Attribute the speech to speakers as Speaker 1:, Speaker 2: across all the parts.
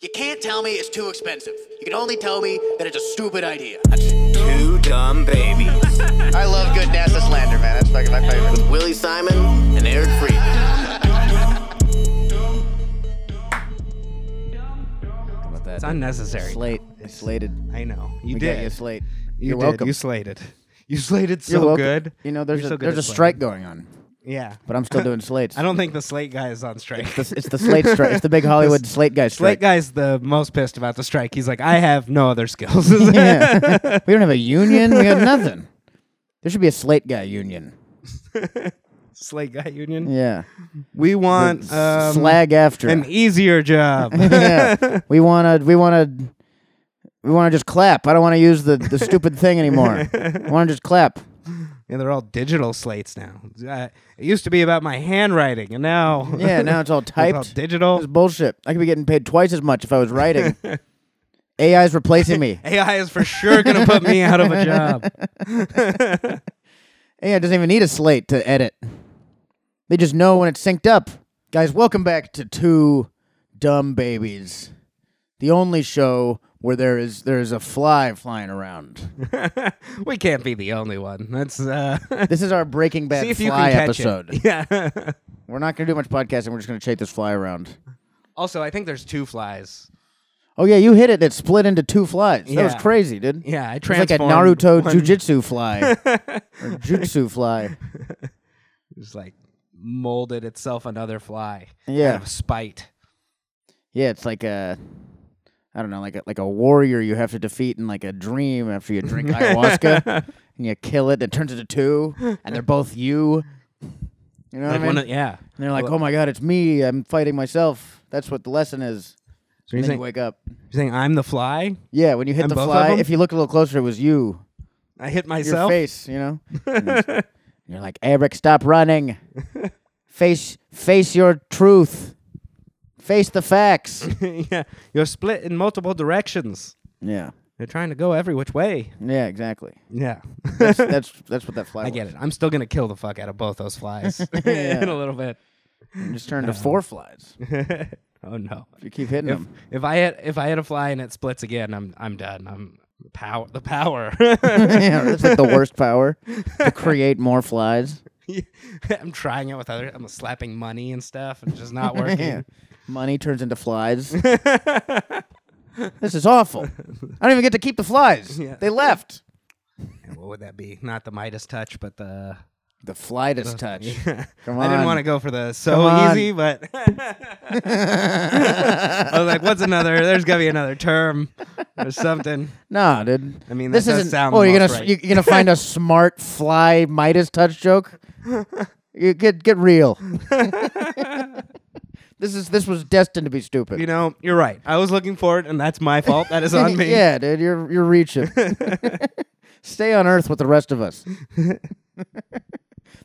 Speaker 1: You can't tell me it's too expensive. You can only tell me that it's a stupid idea.
Speaker 2: Two dumb babies.
Speaker 3: I love good NASA slander, man. That's fucking my favorite.
Speaker 2: Willie Simon and Eric Fried.
Speaker 4: about that.
Speaker 5: It's unnecessary.
Speaker 4: Slate. It's slated.
Speaker 5: I know. You
Speaker 4: we
Speaker 5: did.
Speaker 4: Got you a slate.
Speaker 5: You
Speaker 4: You're
Speaker 5: did.
Speaker 4: welcome.
Speaker 5: You slated. You slated
Speaker 4: You're
Speaker 5: so
Speaker 4: welcome.
Speaker 5: good.
Speaker 4: You know, there's
Speaker 5: You're
Speaker 4: a
Speaker 5: so good
Speaker 4: there's
Speaker 5: at
Speaker 4: a
Speaker 5: slating.
Speaker 4: strike going on,
Speaker 5: Yeah.
Speaker 4: but I'm still doing slates.
Speaker 5: I don't think the slate guy is on strike.
Speaker 4: It's, it's the slate strike. It's the big Hollywood slate guy
Speaker 5: slate
Speaker 4: strike.
Speaker 5: guy's the most pissed about the strike. He's like, I have no other skills.
Speaker 4: Yeah. we don't have a union. We have nothing. There should be a slate guy union.
Speaker 5: slate guy union.
Speaker 4: Yeah.
Speaker 5: We want um,
Speaker 4: Slag after.
Speaker 5: an easier job.
Speaker 4: yeah. We wanna we wanna we wanna just clap. I don't wanna use the, the stupid thing anymore. I wanna just clap.
Speaker 5: Yeah, they're all digital slates now. Uh, it used to be about my handwriting, and now
Speaker 4: Yeah, now it's all
Speaker 5: it's all
Speaker 4: typed.
Speaker 5: digital.
Speaker 4: It's bullshit. I could be getting paid twice as much if I was writing. AI's replacing me.
Speaker 5: AI is for sure gonna put me out of a job.
Speaker 4: AI doesn't even need a slate to edit. They just know when it's synced up. Guys, welcome back to Two Dumb Babies. The only show where there is there is a fly flying around.
Speaker 5: we can't be the only one. That's uh,
Speaker 4: This is our Breaking Bad
Speaker 5: see if you
Speaker 4: fly
Speaker 5: can catch
Speaker 4: episode.
Speaker 5: it. Yeah.
Speaker 4: We're not gonna do much podcasting. We're just gonna chase this fly around.
Speaker 5: also, I think there's two flies.
Speaker 4: Oh yeah, you hit it. That split into two flies. That was
Speaker 5: Yeah.
Speaker 4: crazy, dude.
Speaker 5: Yeah, I
Speaker 4: It was like a
Speaker 5: transformed
Speaker 4: Naruto
Speaker 5: one-
Speaker 4: jujitsu fly or jutsu fly.
Speaker 5: Just like molded itself another fly.
Speaker 4: Yeah.
Speaker 5: out of spite.
Speaker 4: Yeah, it's like a, I don't know, like a, like a warrior you have to defeat in like a dream after you drink ayahuasca and you kill it. It turns into two, and they're both you. You know what
Speaker 5: Like
Speaker 4: I mean?
Speaker 5: one of- yeah.
Speaker 4: and they're like, "Oh my god, it's me! I'm fighting myself." That's what the lesson is.
Speaker 5: So
Speaker 4: And
Speaker 5: you're
Speaker 4: then you
Speaker 5: saying,
Speaker 4: wake up.
Speaker 5: you're saying I'm the fly?
Speaker 4: Yeah, when you hit
Speaker 5: And
Speaker 4: the
Speaker 5: both of
Speaker 4: fly,
Speaker 5: them?
Speaker 4: if you look a little closer, it was you.
Speaker 5: I hit
Speaker 4: your
Speaker 5: myself.
Speaker 4: face, you know? And you're like, Eric, stop running. face face your truth. Face the facts.
Speaker 5: yeah, you're split in multiple directions.
Speaker 4: yeah.
Speaker 5: They're trying to go every which way.
Speaker 4: Yeah, exactly.
Speaker 5: Yeah.
Speaker 4: That's that's, that's what that fly
Speaker 5: I
Speaker 4: was.
Speaker 5: get it. I'm still gonna kill the fuck out of both those flies
Speaker 4: Yeah.
Speaker 5: in a little bit.
Speaker 4: It just turned to
Speaker 5: Uh-huh.
Speaker 4: four flies. If
Speaker 5: Oh no!
Speaker 4: you keep hitting them.
Speaker 5: If I hit if I hit a fly and it splits again, I'm I'm done. I'm power the power.
Speaker 4: yeah, that's like the worst power to create more flies.
Speaker 5: I'm trying it with other. I'm slapping money and stuff, and it's just not working.
Speaker 4: Yeah. Money turns into flies. this is awful. I don't even get to keep the flies.
Speaker 5: Yeah.
Speaker 4: They left.
Speaker 5: And what would that be? Not the Midas touch, but the.
Speaker 4: The flightest touch. Come on.
Speaker 5: I didn't want to go for the so
Speaker 4: Come on.
Speaker 5: easy, but I was like, "What's another? There's gotta be another term or something."
Speaker 4: No, dude.
Speaker 5: I mean, that
Speaker 4: this
Speaker 5: does
Speaker 4: isn't.
Speaker 5: sound
Speaker 4: oh, you're
Speaker 5: most
Speaker 4: gonna
Speaker 5: right.
Speaker 4: you're gonna find a smart fly Midas touch joke. you get get real. this is this was destined to be stupid.
Speaker 5: You know, you're right. I was looking for it, and that's my fault. That is on me.
Speaker 4: yeah, dude, you're you're reaching. Stay on Earth with the rest of us.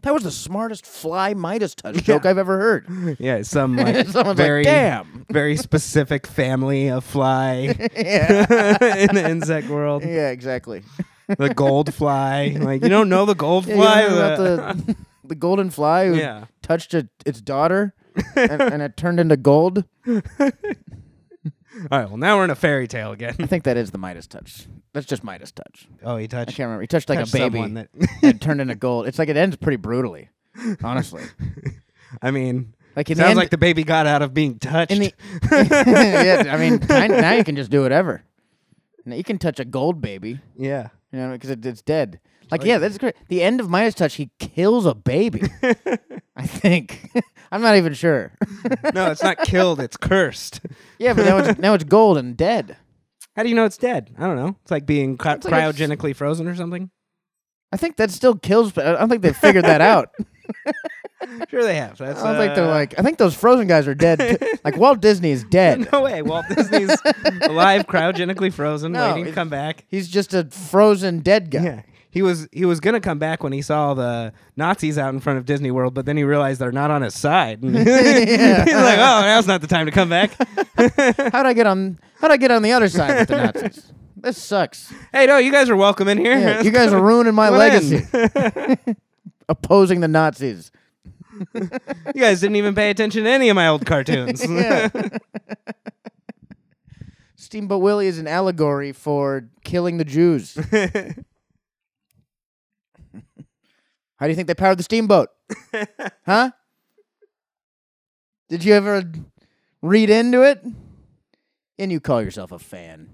Speaker 4: that was the smartest fly Midas touch joke I've ever heard.
Speaker 5: Yeah, some like
Speaker 4: Someone's like,
Speaker 5: very
Speaker 4: "Damn."
Speaker 5: very specific family of fly in the insect world.
Speaker 4: Yeah, exactly.
Speaker 5: The gold fly. Like you don't know the gold
Speaker 4: Yeah, you
Speaker 5: fly.
Speaker 4: know about
Speaker 5: but-
Speaker 4: the the golden fly who
Speaker 5: Yeah.
Speaker 4: touched it, its daughter and, and it turned into gold.
Speaker 5: All right, well now we're in a fairy tale again.
Speaker 4: I think that is the Midas touch. That's just Midas touch.
Speaker 5: Oh, he
Speaker 4: I
Speaker 5: touched.
Speaker 4: can't remember. He touched like
Speaker 5: touched
Speaker 4: a baby
Speaker 5: someone that-
Speaker 4: and it turned into gold. It's like it ends pretty brutally, honestly.
Speaker 5: I mean,
Speaker 4: Like in the
Speaker 5: sounds
Speaker 4: end-
Speaker 5: like the baby got out of being touched.
Speaker 4: In the yeah, I mean, kind now you can just do whatever. Now you can touch a gold baby,
Speaker 5: yeah,
Speaker 4: you know, because it, it's dead. Like, yeah, that's great. The end of Midas touch, he kills a baby. I think. I'm not even sure.
Speaker 5: no, it's not killed. It's cursed.
Speaker 4: yeah, but now it's now it's gold and dead.
Speaker 5: How do you know it's dead? I don't know. It's like being cry-
Speaker 4: like it's-
Speaker 5: cryogenically frozen or something.
Speaker 4: I think that still kills. but I don't think they figured that out.
Speaker 5: Sure, they have. That's
Speaker 4: I don't think they're
Speaker 5: uh,
Speaker 4: like. I think those frozen guys are dead. too. like Walt Disney is dead.
Speaker 5: No way. Walt Disney's alive, cryogenically frozen,
Speaker 4: No,
Speaker 5: waiting to
Speaker 4: it's-
Speaker 5: come back.
Speaker 4: He's just a frozen dead guy.
Speaker 5: Yeah. He was he was gonna come back when he saw the Nazis out in front of Disney World, but then he realized they're not on his side. He's like, oh, now's not the time to come back.
Speaker 4: How'd I get on? How'd I get on the other side with the Nazis? This sucks.
Speaker 5: hey, no, you guys are welcome in here.
Speaker 4: Yeah, you guys are ruining my
Speaker 5: Come on in.
Speaker 4: legacy. Opposing the Nazis.
Speaker 5: You guys didn't even pay attention to any of my old cartoons.
Speaker 4: Steamboat Willie is an allegory for killing the Jews. How do you think they powered the steamboat? huh? Did you ever read into it? And you call yourself a fan.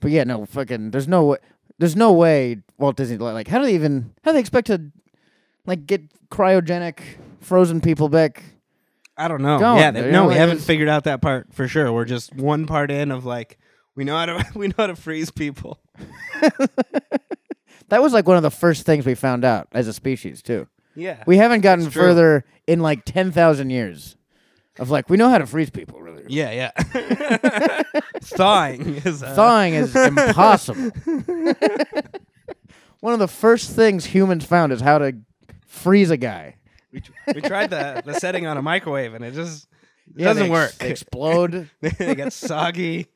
Speaker 4: But yeah, no fucking there's no way there's no way Walt Disney like how do they even how do they expect to like get cryogenic frozen people back?
Speaker 5: I don't know.
Speaker 4: Don't.
Speaker 5: yeah, they,
Speaker 4: You
Speaker 5: no,
Speaker 4: know,
Speaker 5: we
Speaker 4: like,
Speaker 5: haven't
Speaker 4: it's-
Speaker 5: figured out that part for sure. We're just one part in of like we know how to we know how to freeze people.
Speaker 4: That was like one of the first things we found out as a species too.
Speaker 5: Yeah,
Speaker 4: We haven't gotten
Speaker 5: true.
Speaker 4: further in like 10,000 years of like, we know how to freeze people, really.
Speaker 5: yeah, yeah. Thawing is uh,
Speaker 4: Thawing is impossible. One of the first things humans found is how to freeze a guy.
Speaker 5: we, tr- we tried the the setting on a microwave and it just it
Speaker 4: Yeah,
Speaker 5: doesn't
Speaker 4: they
Speaker 5: work.
Speaker 4: ex- they explode.
Speaker 5: they get soggy.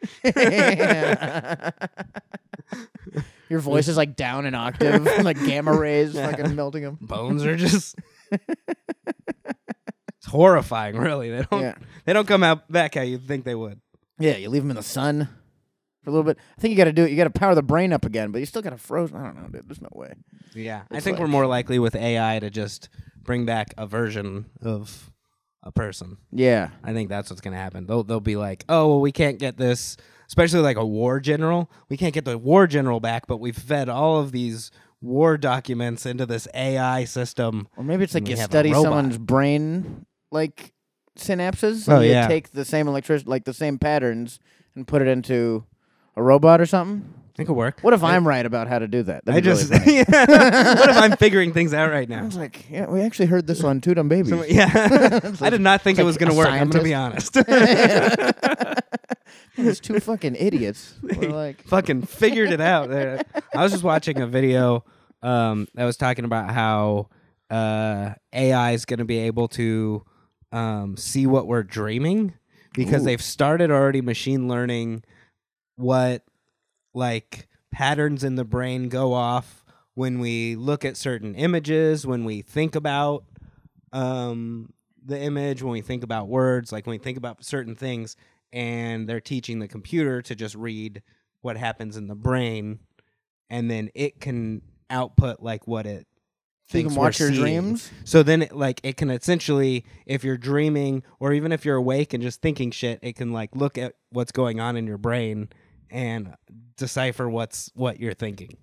Speaker 4: Your voice is like down an octave, like gamma rays fucking melting him.
Speaker 5: Bones are just. It's horrifying, really. They don't.
Speaker 4: Yeah.
Speaker 5: They don't come out back how you think they would.
Speaker 4: Yeah, you leave him in the sun for a little bit. I think you got to do it. You got to power the brain up again, but you still got to frozen. I don't know, dude. There's no way.
Speaker 5: Yeah, I think we're more likely with AI to just bring back a version of a person.
Speaker 4: Yeah.
Speaker 5: I think that's what's gonna happen. They'll they'll be like, oh well, we can't get this, especially like a war general. We can't get the war general back, but we've fed all of these war documents into this AI system.
Speaker 4: Or maybe it's like
Speaker 5: we
Speaker 4: you
Speaker 5: have a
Speaker 4: study
Speaker 5: robot.
Speaker 4: someone's brain like synapses.
Speaker 5: Oh,
Speaker 4: and
Speaker 5: yeah.
Speaker 4: You take the same electric like the same patterns and put it into a robot or something.
Speaker 5: It could work.
Speaker 4: What if I'm right about how to do that? That'd
Speaker 5: I
Speaker 4: be really
Speaker 5: just
Speaker 4: funny.
Speaker 5: yeah. what if I'm figuring things out right now?
Speaker 4: I was like, yeah, we actually heard this on Two Dumb Babies.
Speaker 5: Yeah, I did not think it
Speaker 4: like
Speaker 5: was gonna
Speaker 4: a
Speaker 5: work. I'm gonna be honest.
Speaker 4: These two fucking idiots were like,
Speaker 5: fucking figured it out. There. I was just watching a video um, that was talking about how uh, AI is going to be able to um, see what we're dreaming because they've started already machine learning what like patterns in the brain go off when we look at certain images, when we think about um, the image, when we think about words, like when we think about certain things, and they're teaching the computer to just read what happens in the brain, and then it can output like what it
Speaker 4: So you
Speaker 5: thinks
Speaker 4: can
Speaker 5: we're
Speaker 4: watch your
Speaker 5: seeing.
Speaker 4: dreams?
Speaker 5: So then, it, like, it can essentially, if you're dreaming or even if you're awake and just thinking shit, it can like look at what's going on in your brain and decipher what's what you're thinking.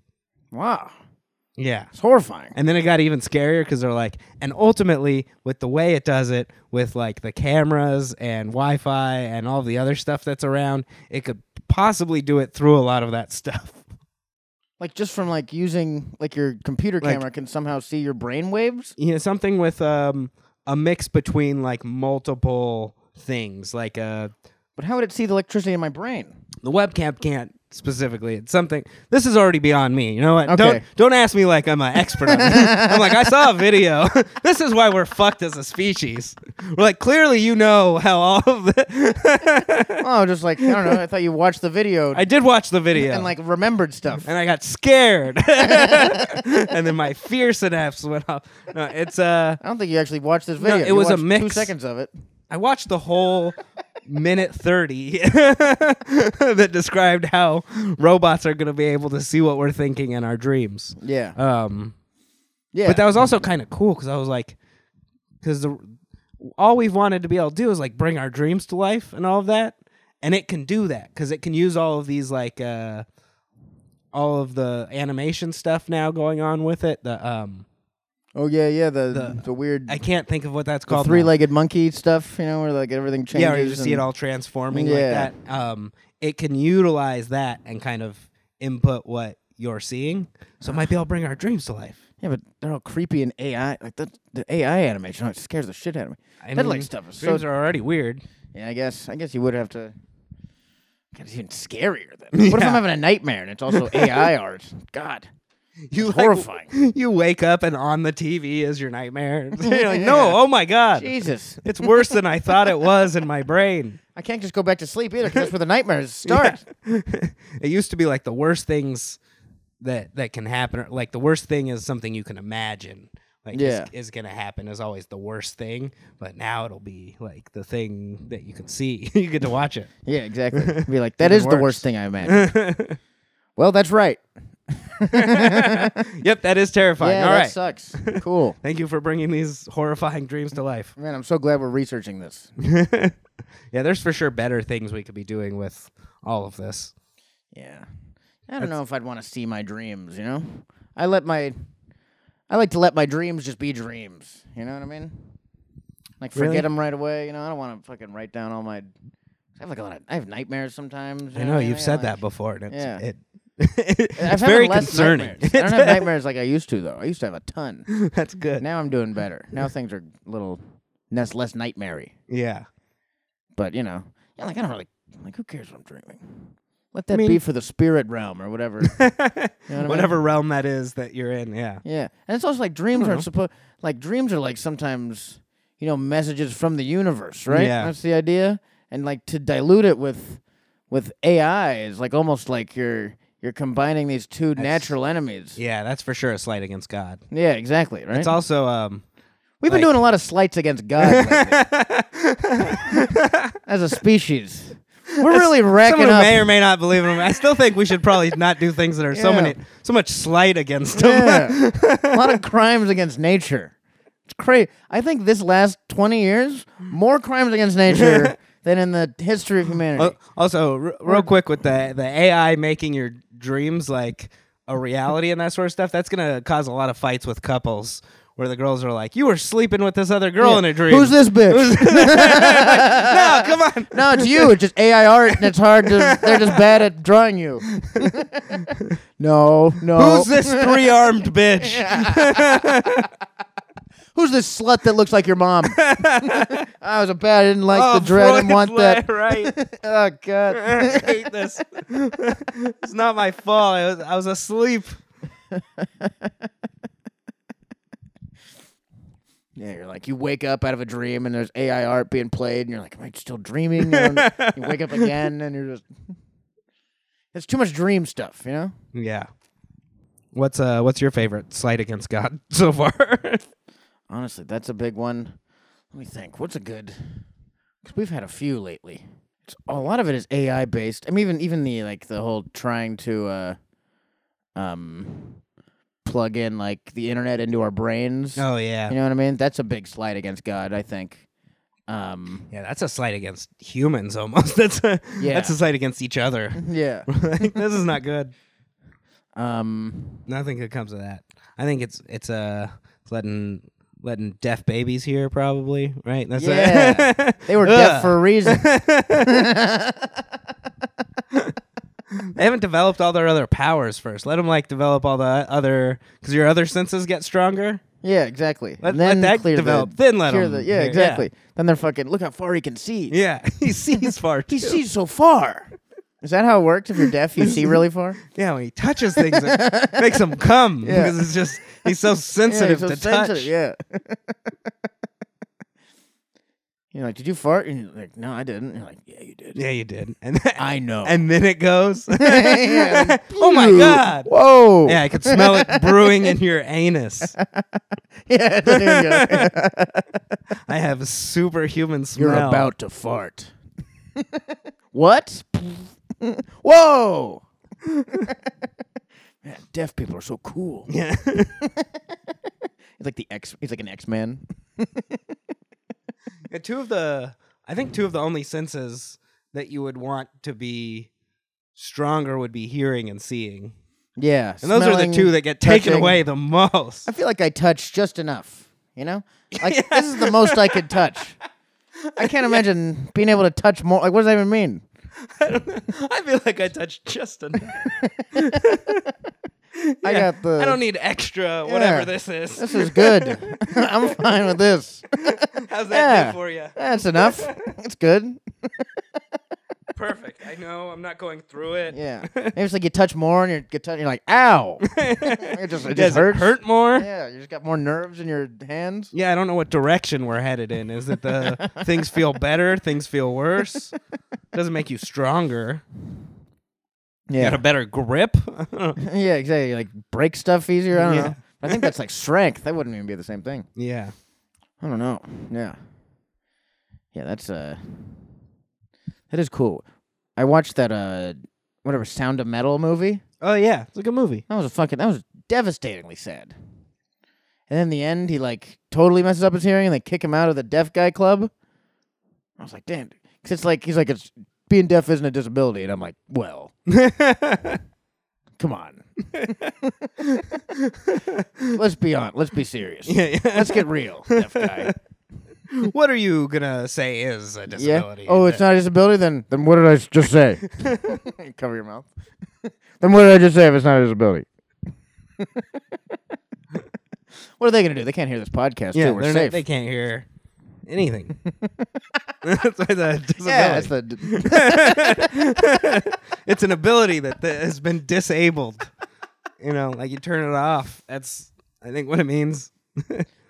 Speaker 4: wow,
Speaker 5: Yeah.
Speaker 4: it's horrifying.
Speaker 5: And then it got even scarier because they're like, and ultimately, with the way it does it, with like the cameras and Wi Fi and all the other stuff that's around, it could possibly do it through a lot of that stuff.
Speaker 4: Like just from like using like your computer
Speaker 5: Like-
Speaker 4: camera can somehow see your brain waves.
Speaker 5: you know something with um a mix between like multiple things like uh
Speaker 4: But how would it see the electricity in my brain?
Speaker 5: the webcam can't specifically it's something this is already beyond me you know what don't
Speaker 4: Okay.
Speaker 5: don't ask me like i'm an expert on this. i'm like i saw a video this is why we're fucked as a species we're like clearly you know how all of the
Speaker 4: Oh, just like I don't know. I thought you watched the video
Speaker 5: i did watch the video
Speaker 4: and like remembered stuff.
Speaker 5: and I got scared, and then my fear synapse went off. No, it's uh,
Speaker 4: I don't think you actually watched this video.
Speaker 5: it
Speaker 4: You
Speaker 5: was a
Speaker 4: watched Two
Speaker 5: mix.
Speaker 4: seconds of it.
Speaker 5: I watched the whole minute 30 that described how robots are going to be able to see what we're thinking in our dreams.
Speaker 4: Yeah.
Speaker 5: Um,
Speaker 4: yeah.
Speaker 5: But that was also kind of cool because I was like, because all we've wanted to be able to do is like bring our dreams to life and all of that. And it can do that because it can use all of these like, uh, all of the animation stuff now going on with it. The um,
Speaker 4: oh yeah, yeah. The the, weird
Speaker 5: I can't think of what that's
Speaker 4: the
Speaker 5: called. now.
Speaker 4: three-legged monkey stuff. You know, where like everything changes.
Speaker 5: Yeah, or you just see it
Speaker 4: and-
Speaker 5: all transforming
Speaker 4: Yeah.
Speaker 5: like that. Um, it can utilize that and kind of input what you're seeing. So it might be able to bring our dreams to life.
Speaker 4: Yeah, but they're all creepy and AI. Like the, the AI animation, oh, it scares the shit out of me.
Speaker 5: I
Speaker 4: that
Speaker 5: mean,
Speaker 4: like stuff is so.
Speaker 5: dreams are already weird.
Speaker 4: yeah, I guess. I guess you would have to. God, it's even scarier then. What if I'm having a nightmare and it's also AI art? God,
Speaker 5: You like,
Speaker 4: horrifying.
Speaker 5: You wake up and on the TV is your nightmare. You're like, no, oh my god,
Speaker 4: Jesus,
Speaker 5: it's worse than I thought it was in my brain.
Speaker 4: I can't just go back to sleep either. 'cause that's where the nightmares start.
Speaker 5: it used to be like the worst things that that can happen or like the worst thing is something you can imagine like
Speaker 4: Yeah.
Speaker 5: is, is gonna happen is always the worst thing. But now it'll be like the thing that you can see. you get to watch it.
Speaker 4: Yeah, exactly. Be like, that is the
Speaker 5: worse.
Speaker 4: worst thing I imagined. well, that's right.
Speaker 5: Yep, that is terrifying.
Speaker 4: yeah,
Speaker 5: All
Speaker 4: that
Speaker 5: right.
Speaker 4: sucks. Cool.
Speaker 5: Thank you for bringing these horrifying dreams to life.
Speaker 4: Man, I'm so glad we're researching this.
Speaker 5: Yeah, there's for sure better things we could be doing with all of this.
Speaker 4: Yeah. I don't know if I'd want to see my dreams, you know? I let my I like to let my dreams just be dreams, you know what I mean? Like forget
Speaker 5: Really?
Speaker 4: them right away, you know? I don't want to fucking write down all my I have like a lot of I have nightmares sometimes. you
Speaker 5: I
Speaker 4: what
Speaker 5: know you've
Speaker 4: mean?
Speaker 5: said
Speaker 4: Like-
Speaker 5: that before, and it's,
Speaker 4: Yeah.
Speaker 5: it,
Speaker 4: I've
Speaker 5: it's
Speaker 4: had
Speaker 5: very
Speaker 4: less
Speaker 5: concerning.
Speaker 4: nightmares. I don't have nightmares like I used to though. I used to have a ton.
Speaker 5: That's good.
Speaker 4: Now I'm doing better. Now things are a little less less nightmary.
Speaker 5: yeah.
Speaker 4: But you know, yeah, like I don't really like. Who cares what I'm dreaming? Let that
Speaker 5: mean-
Speaker 4: be for the spirit realm or whatever. You know what I mean?
Speaker 5: Whatever realm that is that you're in, yeah.
Speaker 4: Yeah, and it's also like dreams aren't supposed. Like dreams are like sometimes you know messages from the universe, right?
Speaker 5: Yeah.
Speaker 4: that's the idea. And like to dilute it with with AI is like almost like you're you're combining these two natural enemies. Yeah,
Speaker 5: Yeah, that's for sure a slight against God.
Speaker 4: exactly. Right.
Speaker 5: It's also um
Speaker 4: We've been
Speaker 5: like-
Speaker 4: doing a lot of slights against God lately. as a species. We're really racking
Speaker 5: someone who
Speaker 4: up.
Speaker 5: may or may not believe in him. I still think we should probably not do things that are so
Speaker 4: Yeah.
Speaker 5: many so much slight against him.
Speaker 4: Yeah. a lot of crimes against nature. It's crazy. I think this last 20 years, more crimes against nature than in the history of humanity.
Speaker 5: Al- also, r- real quick with the the AI making your dreams like a reality and that sort of stuff, that's gonna cause a lot of fights with couples where the girls are like, "You were sleeping with this other girl in a dream."
Speaker 4: Who's this bitch?
Speaker 5: No, come on.
Speaker 4: no, it's you. It's just AI art, and it's hard to. They're just bad at drawing you. no, no.
Speaker 5: Who's this three armed bitch?
Speaker 4: Who's this slut that looks like your mom? I was a bad. I didn't like
Speaker 5: Oh,
Speaker 4: the dread. I didn't
Speaker 5: Freud's
Speaker 4: want that.
Speaker 5: la- Right.
Speaker 4: Oh god.
Speaker 5: I hate this. it's not my fault. I was, I was asleep.
Speaker 4: Yeah, you're like you wake up out of a dream and there's AI art being played and you're like, am I still dreaming? You, know, and you wake up again and you're just. It's too much dream stuff, you know.
Speaker 5: Yeah. What's uh What's your favorite slight against God so far?
Speaker 4: Honestly, that's a big one. Let me think. What's a good? Because we've had a few lately. It's, a lot of it is AI based. I mean, even even the like the whole trying to, uh, um, plug in like the internet into our brains.
Speaker 5: oh yeah.
Speaker 4: You know what I mean? That's a big slight against God, I think. Um,
Speaker 5: Yeah, that's a slight against humans almost. That's a
Speaker 4: Yeah. Mm-hmm.
Speaker 5: that's a slight against each other.
Speaker 4: yeah.
Speaker 5: Like, this is not good.
Speaker 4: Um,
Speaker 5: Nothing good comes of that. I think it's it's uh it's letting letting deaf babies here probably right. That's
Speaker 4: Yeah.
Speaker 5: it.
Speaker 4: they were deaf for a reason.
Speaker 5: they haven't developed all their other powers first. Let them like develop all the other because your other senses get stronger.
Speaker 4: Yeah, exactly.
Speaker 5: Let-
Speaker 4: And then
Speaker 5: let that
Speaker 4: clear the-
Speaker 5: develop, then let
Speaker 4: clear
Speaker 5: 'em-
Speaker 4: the- yeah,
Speaker 5: yeah.
Speaker 4: exactly. Then they're fucking. Look how far he can see.
Speaker 5: Yeah, he sees far.
Speaker 4: he
Speaker 5: too.
Speaker 4: sees so far. Is that how it works? If you're deaf, you see really far.
Speaker 5: Yeah, when he touches things, it makes him come
Speaker 4: Yeah.
Speaker 5: because it's just he's so
Speaker 4: Yeah,
Speaker 5: sensitive
Speaker 4: he's
Speaker 5: to
Speaker 4: so
Speaker 5: touch.
Speaker 4: Yeah. you're like, did you fart? And you're like, no, I didn't. You're like, yeah, you did.
Speaker 5: Yeah, you did. And
Speaker 4: I know.
Speaker 5: and then it goes.
Speaker 4: Yeah.
Speaker 5: oh my god.
Speaker 4: Whoa.
Speaker 5: Yeah, I could smell it brewing in your anus.
Speaker 4: Yeah, there you go.
Speaker 5: I have a superhuman smell.
Speaker 4: You're about to fart. what? Whoa! Man, deaf people are so cool. He's
Speaker 5: Yeah.
Speaker 4: like the X. He's like an X Man.
Speaker 5: Yeah, two of the I think two of the only senses that you would want to be stronger would be hearing and seeing.
Speaker 4: Yeah,
Speaker 5: And those are the two that get taken
Speaker 4: touching.
Speaker 5: away the most.
Speaker 4: I feel like I touch just enough. You know, like this is the most I could touch. I can't imagine being able to touch more. Like, what does that even mean?
Speaker 5: I feel like I touched just enough.
Speaker 4: I
Speaker 5: Yeah,
Speaker 4: got the.
Speaker 5: I don't need extra whatever
Speaker 4: Yeah.
Speaker 5: this is.
Speaker 4: This is good. I'm fine with this.
Speaker 5: How's that
Speaker 4: Yeah.
Speaker 5: do for you?
Speaker 4: That's enough. It's good.
Speaker 5: Perfect. I know I'm not going through it.
Speaker 4: Yeah. Maybe it's like you touch more and you're, you touch, you're like, ow. it just, it just
Speaker 5: Does it
Speaker 4: hurts.
Speaker 5: hurt more?
Speaker 4: Yeah, you just got more nerves in your hands.
Speaker 5: Yeah, I don't know what direction we're headed in. Is it the things feel better, things feel worse? Doesn't make you stronger.
Speaker 4: Yeah.
Speaker 5: Got a better grip.
Speaker 4: yeah, exactly. You, like break stuff easier. I don't
Speaker 5: Yeah.
Speaker 4: know. I think that's like strength. That wouldn't even be the same thing.
Speaker 5: Yeah.
Speaker 4: I don't know. Yeah. Yeah, that's uh that is cool. I watched that uh whatever Sound of Metal movie.
Speaker 5: Oh yeah, it's a good movie.
Speaker 4: That was a fucking that was devastatingly sad. And in the end he like totally messes up his hearing and they kick him out of the deaf guy club. I was like, "Damn." Cuz it's like he's like it's being deaf isn't a disability and I'm like, "Well, come on." let's be on. Let's be serious.
Speaker 5: Yeah, yeah.
Speaker 4: Let's get real, deaf guy.
Speaker 5: what are you gonna say is a
Speaker 4: Yeah.
Speaker 5: disability?
Speaker 4: Oh, it's not a disability. Then, then what did I s- just say? Cover your mouth. then what did I just say if it's not a disability? what are they gonna do? They can't hear this podcast.
Speaker 5: Yeah,
Speaker 4: too. We're
Speaker 5: they're
Speaker 4: safe.
Speaker 5: not, they can't hear anything. that's why the disability.
Speaker 4: yeah, that's the. d-
Speaker 5: it's an ability that, that has been disabled. you know, like you turn it off. That's I think what it means.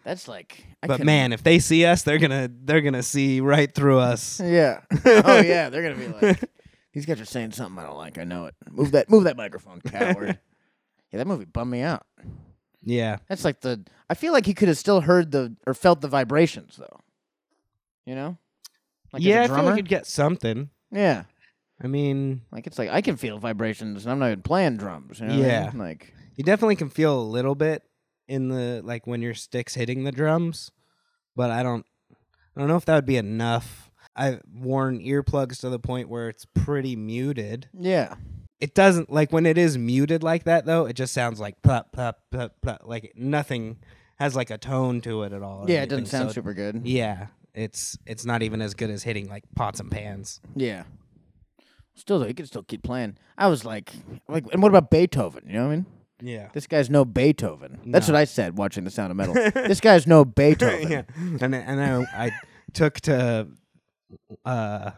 Speaker 4: That's like. I
Speaker 5: But
Speaker 4: couldn't-
Speaker 5: man, if they see us, they're gonna they're gonna see right through us.
Speaker 4: Yeah. Oh yeah, they're gonna be like, these guys are saying something I don't like. I know it. Move that. Move that microphone, coward. yeah, that movie bummed me out.
Speaker 5: Yeah,
Speaker 4: That's like the. I feel like he could have still heard the or felt the vibrations though. You know. Like as a
Speaker 5: yeah. I feel
Speaker 4: drummer?
Speaker 5: like you'd get something.
Speaker 4: yeah.
Speaker 5: I mean,
Speaker 4: Like it's like I can feel vibrations and I'm not even playing drums. You know what I
Speaker 5: Yeah.
Speaker 4: mean? Like
Speaker 5: you definitely can feel a little bit in the like when your sticks hitting the drums, but I don't I don't know if that would be enough. I've worn earplugs to the point where it's pretty muted.
Speaker 4: yeah.
Speaker 5: It doesn't like when it is muted like that though. It just sounds like plop plop plop plop. Like nothing has like a tone to it at all. or
Speaker 4: Yeah, it doesn't
Speaker 5: anything,
Speaker 4: sound
Speaker 5: so-
Speaker 4: super good.
Speaker 5: Yeah, it's it's not even as good as hitting like pots and pans.
Speaker 4: Yeah. Still though, you can still keep playing. I was like like and what about Beethoven? You know what I mean?
Speaker 5: Yeah,
Speaker 4: This guy's no Beethoven. That's what I said watching the sound of metal. this guy's no Beethoven.
Speaker 5: yeah. And and I, I took to uh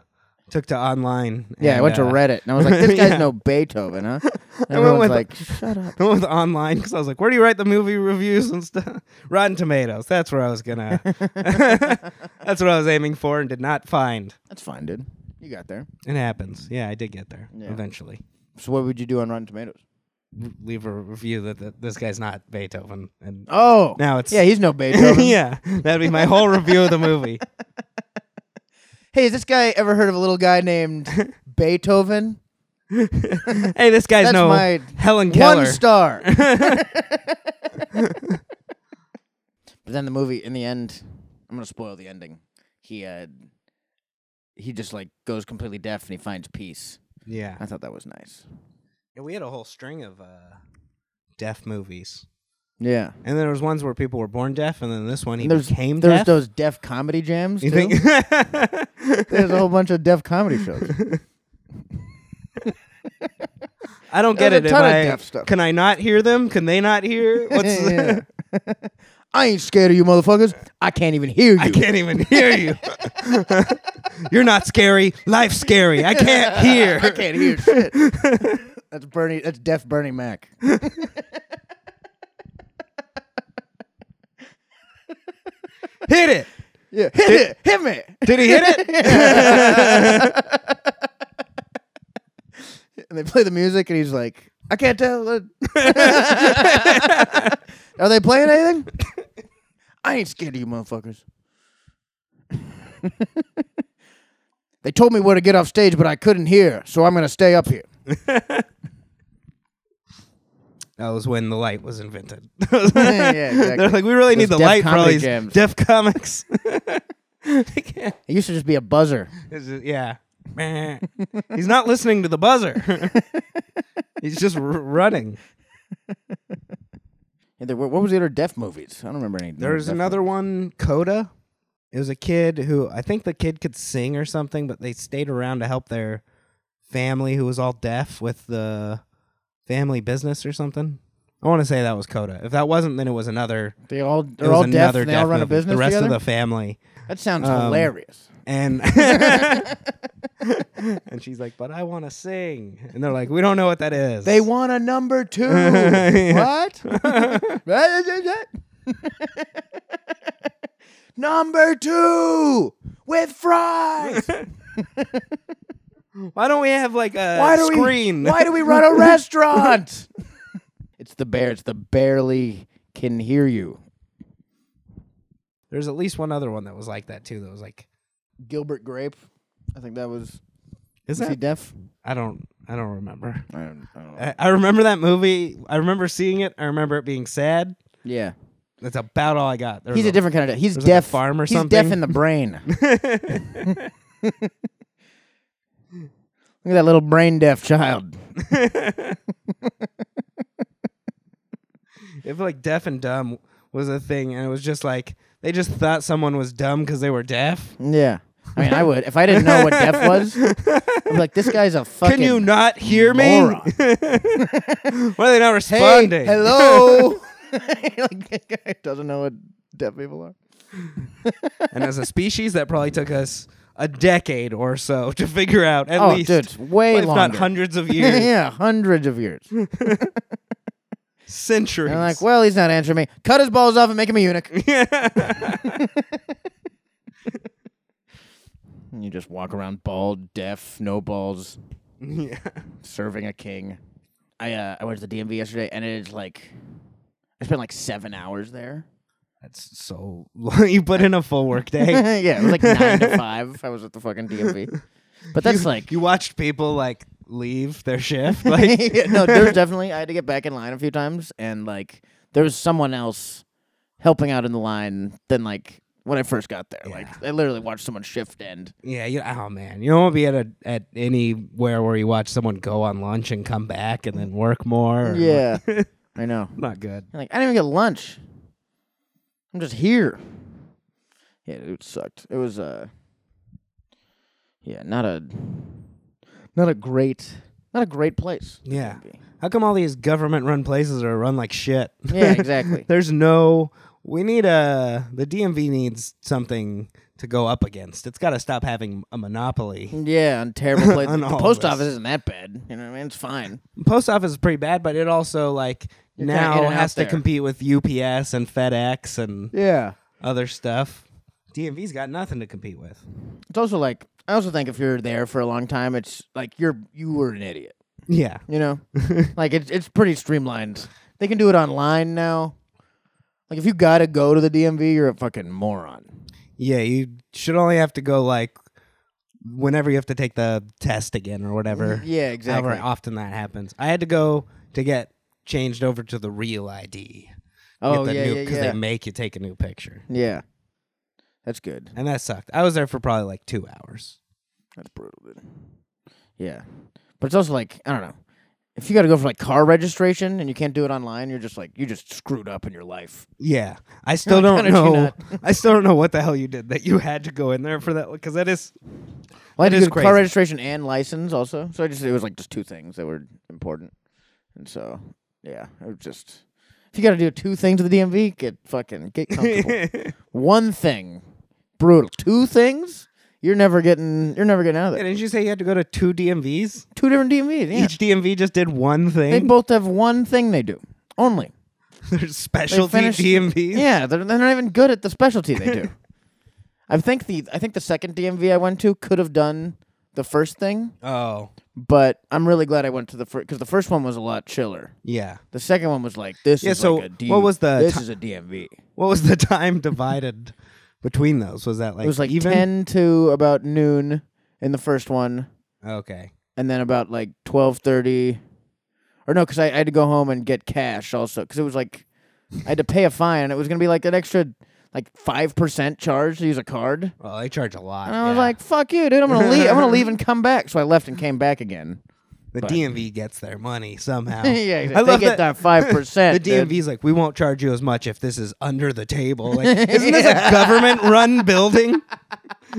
Speaker 5: took to online.
Speaker 4: Yeah, I
Speaker 5: and,
Speaker 4: went to
Speaker 5: uh,
Speaker 4: Reddit and I was like, "This guy's
Speaker 5: Yeah.
Speaker 4: no Beethoven, huh?" And everyone's
Speaker 5: with-
Speaker 4: like, "Shut up."
Speaker 5: I went with online because I was like, where do you write the movie reviews and stuff? Rotten Tomatoes. That's where I was gonna. that's what I was aiming for and did not find.
Speaker 4: That's fine, dude. You got there.
Speaker 5: It happens. Yeah, I did get there
Speaker 4: Yeah.
Speaker 5: eventually.
Speaker 4: So what would you do on Rotten Tomatoes?
Speaker 5: Leave a review that, that this guy's not Beethoven. And
Speaker 4: Oh,
Speaker 5: Now it's-
Speaker 4: yeah, he's no Beethoven.
Speaker 5: yeah, that'd be my whole review of the movie.
Speaker 4: Hey, has this guy ever heard of a little guy named Beethoven?
Speaker 5: Hey, this guy's
Speaker 4: That's
Speaker 5: no
Speaker 4: my
Speaker 5: Helen Keller.
Speaker 4: One star. but then the movie, in the end, I'm gonna spoil the ending. He uh, he just like goes completely deaf and he finds peace.
Speaker 5: yeah.
Speaker 4: I thought that was nice.
Speaker 5: Yeah, we had a whole string of uh, deaf movies,
Speaker 4: Yeah.
Speaker 5: and there was ones where people were born deaf, and then this one he
Speaker 4: And there's
Speaker 5: became
Speaker 4: there's
Speaker 5: deaf.
Speaker 4: those deaf comedy jams.
Speaker 5: you
Speaker 4: too.
Speaker 5: think?
Speaker 4: there's a whole bunch of deaf comedy shows.
Speaker 5: I don't get
Speaker 4: There's
Speaker 5: it. Am
Speaker 4: a ton of
Speaker 5: I-
Speaker 4: deaf stuff.
Speaker 5: Can I not hear them? Can they not hear? What's
Speaker 4: Yeah. I ain't scared of you, motherfuckers. I can't even hear you.
Speaker 5: I can't even hear you. You're not scary. Life's scary. I can't hear.
Speaker 4: I can't hear shit. that's Bernie. That's deaf Bernie Mac.
Speaker 5: Hit it.
Speaker 4: Yeah, hit it, hit me.
Speaker 5: Did he hit it?
Speaker 4: And they play the music, and he's like, I can't tell. uh, Are they playing anything? I ain't scared of you, motherfuckers. they told me where to get off stage, but I couldn't hear, so I'm gonna stay up here.
Speaker 5: That was when the light was invented.
Speaker 4: yeah, exactly.
Speaker 5: They're like, we really need
Speaker 4: Those
Speaker 5: the
Speaker 4: deaf
Speaker 5: light for all
Speaker 4: comedy
Speaker 5: these
Speaker 4: jams.
Speaker 5: deaf comics. They can't-
Speaker 4: It used to just be a buzzer.
Speaker 5: It's just- yeah. Meh. He's not listening to the buzzer. He's just r- running.
Speaker 4: And there were- what was the other deaf movies? I don't remember any.
Speaker 5: There's
Speaker 4: deaf
Speaker 5: another one, Coda. It was a kid who I think the kid could sing or something, but they stayed around to help their family who was all deaf with the family business or something. I want to say that was Coda. If that wasn't, then it was another.
Speaker 4: They all
Speaker 5: it
Speaker 4: they're
Speaker 5: was
Speaker 4: all deaf.
Speaker 5: another
Speaker 4: And they all run a
Speaker 5: movie.
Speaker 4: business
Speaker 5: The rest
Speaker 4: together.
Speaker 5: of the family.
Speaker 4: that sounds
Speaker 5: um,
Speaker 4: hilarious.
Speaker 5: and and she's like, "But I want to sing," and they're like, "We don't know what that is."
Speaker 4: They want a number two. what? number two with fries.
Speaker 5: Why don't we have like a
Speaker 4: Why do
Speaker 5: screen?
Speaker 4: we? Why do we run a restaurant? it's the bear. It's the barely can hear you.
Speaker 5: There's at least one other one that was like that too. That was like,
Speaker 4: Gilbert Grape. I think that was.
Speaker 5: is
Speaker 4: Is he
Speaker 5: that?
Speaker 4: deaf?
Speaker 5: I don't. I don't remember.
Speaker 4: I don't, I don't know.
Speaker 5: I, I remember that movie. I remember seeing it. I remember it being sad.
Speaker 4: Yeah.
Speaker 5: That's about all I got. There
Speaker 4: He's
Speaker 5: was
Speaker 4: a different kind of deaf. He's
Speaker 5: there's like a
Speaker 4: deaf.
Speaker 5: farm or
Speaker 4: he's deaf
Speaker 5: something.
Speaker 4: in the brain. Look at that little brain deaf child.
Speaker 5: If like deaf and dumb was a thing, and it was just like they just thought someone was dumb because they were deaf.
Speaker 4: Yeah. I mean, I would if I didn't know what deaf was. I'd be like, this guy's a fucking.
Speaker 5: Can you not hear me?
Speaker 4: moron.
Speaker 5: Why are they not
Speaker 4: Hey,
Speaker 5: responding?
Speaker 4: hello. like, that guy doesn't know what deaf people are.
Speaker 5: and as a species, that probably took us a decade or so to figure out. At
Speaker 4: Oh,
Speaker 5: least,
Speaker 4: dude, way
Speaker 5: if not
Speaker 4: longer.
Speaker 5: hundreds of years,
Speaker 4: yeah, hundreds of years. And
Speaker 5: centuries.
Speaker 4: I'm like, well, he's not answering me. Cut his balls off and make him a eunuch. And you just walk around bald, deaf, no balls.
Speaker 5: yeah.
Speaker 4: serving a king. I uh, I went to the DMV yesterday, and it is like I spent like seven hours there.
Speaker 5: That's so. you put in a full work day.
Speaker 4: yeah, it was like nine to five. I was at the fucking DMV, but that's like
Speaker 5: you watched people like leave their shift. Like,
Speaker 4: yeah, no, there was definitely I had to get back in line a few times, and like there was someone else helping out in the line than like when I first got there. Like I literally watched someone shift end.
Speaker 5: Yeah, you, oh man, you don't want to be at a at anywhere where you watch someone go on lunch and come back and then work more. or-
Speaker 4: I know.
Speaker 5: not good.
Speaker 4: I'm like, I didn't even get lunch. I'm just here. Yeah, dude, it sucked. It was uh Yeah, not a not a great not a great place.
Speaker 5: Yeah, how come all these government run places are run like shit?
Speaker 4: Yeah, exactly.
Speaker 5: There's no. We need a. The DMV needs something to go up against. It's got to stop having a monopoly.
Speaker 4: yeah, and terrible place.
Speaker 5: On
Speaker 4: the
Speaker 5: all of
Speaker 4: post
Speaker 5: us.
Speaker 4: office isn't that bad. You know what I mean? It's fine.
Speaker 5: Post office is pretty bad, but it also like
Speaker 4: kinda in
Speaker 5: now
Speaker 4: and out
Speaker 5: has to
Speaker 4: there.
Speaker 5: compete with UPS and FedEx and
Speaker 4: Yeah.
Speaker 5: other stuff. DMV's got nothing to compete with.
Speaker 4: It's also like I also think if you're there for a long time it's like you're you were an idiot.
Speaker 5: Yeah.
Speaker 4: You know? like it's it's pretty streamlined. They can do it online now. Like if you gotta go to the DMV, you're a fucking moron.
Speaker 5: Yeah, you should only have to go like whenever you have to take the test again or whatever.
Speaker 4: Yeah, exactly.
Speaker 5: However often that happens. I had to go to get changed over to the real ID.
Speaker 4: Oh, yeah, yeah,
Speaker 5: Because
Speaker 4: yeah.
Speaker 5: they make you take a new picture.
Speaker 4: Yeah. That's good.
Speaker 5: And that sucked. I was there for probably like two hours.
Speaker 4: That's brutal, dude. Yeah. But it's also like, I don't know. If you got to go for like car registration and you can't do it online, you're just like, you just screwed up in your life.
Speaker 5: Yeah, I still
Speaker 4: like,
Speaker 5: don't
Speaker 4: how did you
Speaker 5: know.
Speaker 4: not?
Speaker 5: I still don't know what the hell you did that you had to go in there for that because that is
Speaker 4: Well, I had
Speaker 5: That
Speaker 4: to
Speaker 5: is
Speaker 4: do car
Speaker 5: crazy.
Speaker 4: registration and license also. So I just, it was like just two things that were important. And so, yeah, I was just, if you got to do two things at the DMV, get fucking, get comfortable. One thing, brutal. Two things, you're never getting, you're never getting out of there.
Speaker 5: didn't you say you had to go to two DMVs?
Speaker 4: Two different DMVs. Yeah.
Speaker 5: Each DMV just did one
Speaker 4: They
Speaker 5: thing.
Speaker 4: both have one thing they do only.
Speaker 5: There's
Speaker 4: They
Speaker 5: specialty
Speaker 4: finish-
Speaker 5: DMVs.
Speaker 4: Yeah, they're, they're not even good at the specialty they do. I think the I think the second DMV I went to could have done the first thing,
Speaker 5: Oh,
Speaker 4: but I'm really glad I went to the first because the first one was a lot chiller.
Speaker 5: yeah.
Speaker 4: The second one was like this
Speaker 5: Yeah,
Speaker 4: is
Speaker 5: so
Speaker 4: like a D-
Speaker 5: what was the
Speaker 4: this
Speaker 5: ti-
Speaker 4: is a DMV.
Speaker 5: What was the time divided between those? Was that like
Speaker 4: It was like
Speaker 5: even?
Speaker 4: ten to about noon in the first one,
Speaker 5: Okay.
Speaker 4: and then about like twelve thirty, or no, because I, I had to go home and get cash also because it was like I had to pay a fine. It was gonna be like an extra like five percent charge to use a card.
Speaker 5: Well, they charge a lot.
Speaker 4: And I was
Speaker 5: yeah.
Speaker 4: like, "Fuck you, dude! I'm gonna leave. I'm gonna leave and come back." So I left and came back again.
Speaker 5: the DMV gets their money somehow.
Speaker 4: yeah,
Speaker 5: I
Speaker 4: they
Speaker 5: love
Speaker 4: get that five
Speaker 5: The
Speaker 4: percent.
Speaker 5: DMV's like, we won't charge you as much if this is under the table. Like, isn't this a government-run building?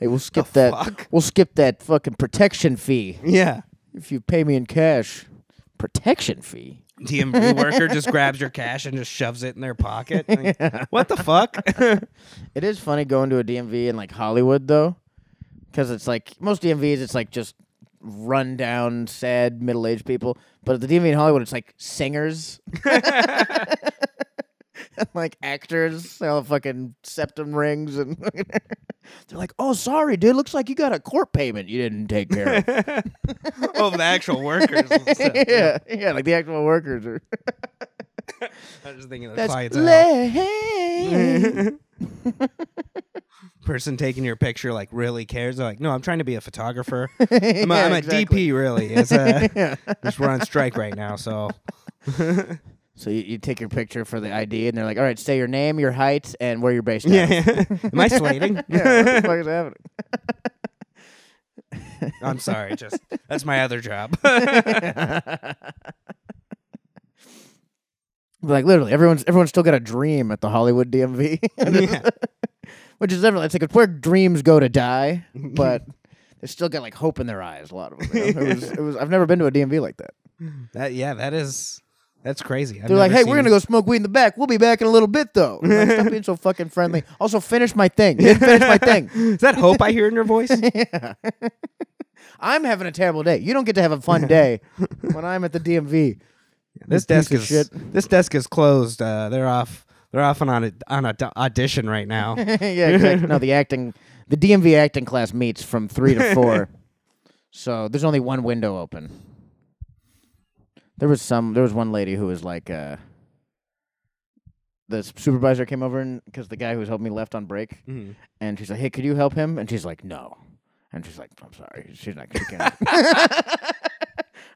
Speaker 4: Hey, we'll skip that.
Speaker 5: fuck?
Speaker 4: We'll skip that fucking protection fee
Speaker 5: Yeah.
Speaker 4: if you pay me in cash. Protection fee.
Speaker 5: DMV worker just grabs your cash and just shoves it in their pocket. Like, What the fuck?
Speaker 4: It is funny going to a DMV in like Hollywood though, because it's like most DMVs, it's like just run down, sad middle aged people. But at the DMV in Hollywood, it's like singers, And, like actors, they all fucking septum rings, and they're like, "Oh, sorry, dude. Looks like you got a court payment you didn't take care of."
Speaker 5: oh, the actual workers. and stuff.
Speaker 4: yeah, yeah, like the actual workers are.
Speaker 5: I was just thinking of the
Speaker 4: That's
Speaker 5: client's
Speaker 4: lame.
Speaker 5: person taking your picture like really cares. They're like, no, I'm trying to be a photographer. I'm a,
Speaker 4: Yeah,
Speaker 5: I'm a
Speaker 4: exactly.
Speaker 5: DP really. It's a, just we're on strike right now, so
Speaker 4: so you, you take your picture for the ID, and they're like, "All right, say your name, your height, and where you're based." out of."
Speaker 5: yeah. Am I slating?
Speaker 4: yeah. What the fuck is happening?
Speaker 5: I'm sorry, just that's my other job.
Speaker 4: Like literally, everyone's everyone's still got a dream at the Hollywood DMV,
Speaker 5: yeah.
Speaker 4: which is everyone. It's like it's where dreams go to die, but they still got like hope in their eyes. A lot of them. you know? It was. It was. I've never been to a DMV like that.
Speaker 5: That yeah, that is that's crazy.
Speaker 4: They're like, hey, we're gonna go smoke weed in the back. We'll be back in a little bit though. I'm like, Stop being so fucking friendly. Also, finish my thing. You didn't finish my thing.
Speaker 5: Is that hope I hear in your voice?
Speaker 4: I'm having a terrible day. You don't get to have a fun day when I'm at the DMV.
Speaker 5: this
Speaker 4: piece
Speaker 5: desk
Speaker 4: of
Speaker 5: is
Speaker 4: shit.
Speaker 5: this desk is closed. Uh, they're off. They're off and on a, on a d- audition right now.
Speaker 4: yeah, exactly. No, the acting, the DMV acting class meets from three to four, so there's only one window open. There was some. There was one lady who was like, uh, the supervisor came over and because the guy who was helping me left on break, and she's like, "Hey, could you help him?" And she's like, "No," and she's like, "I'm sorry, she's not." She can't.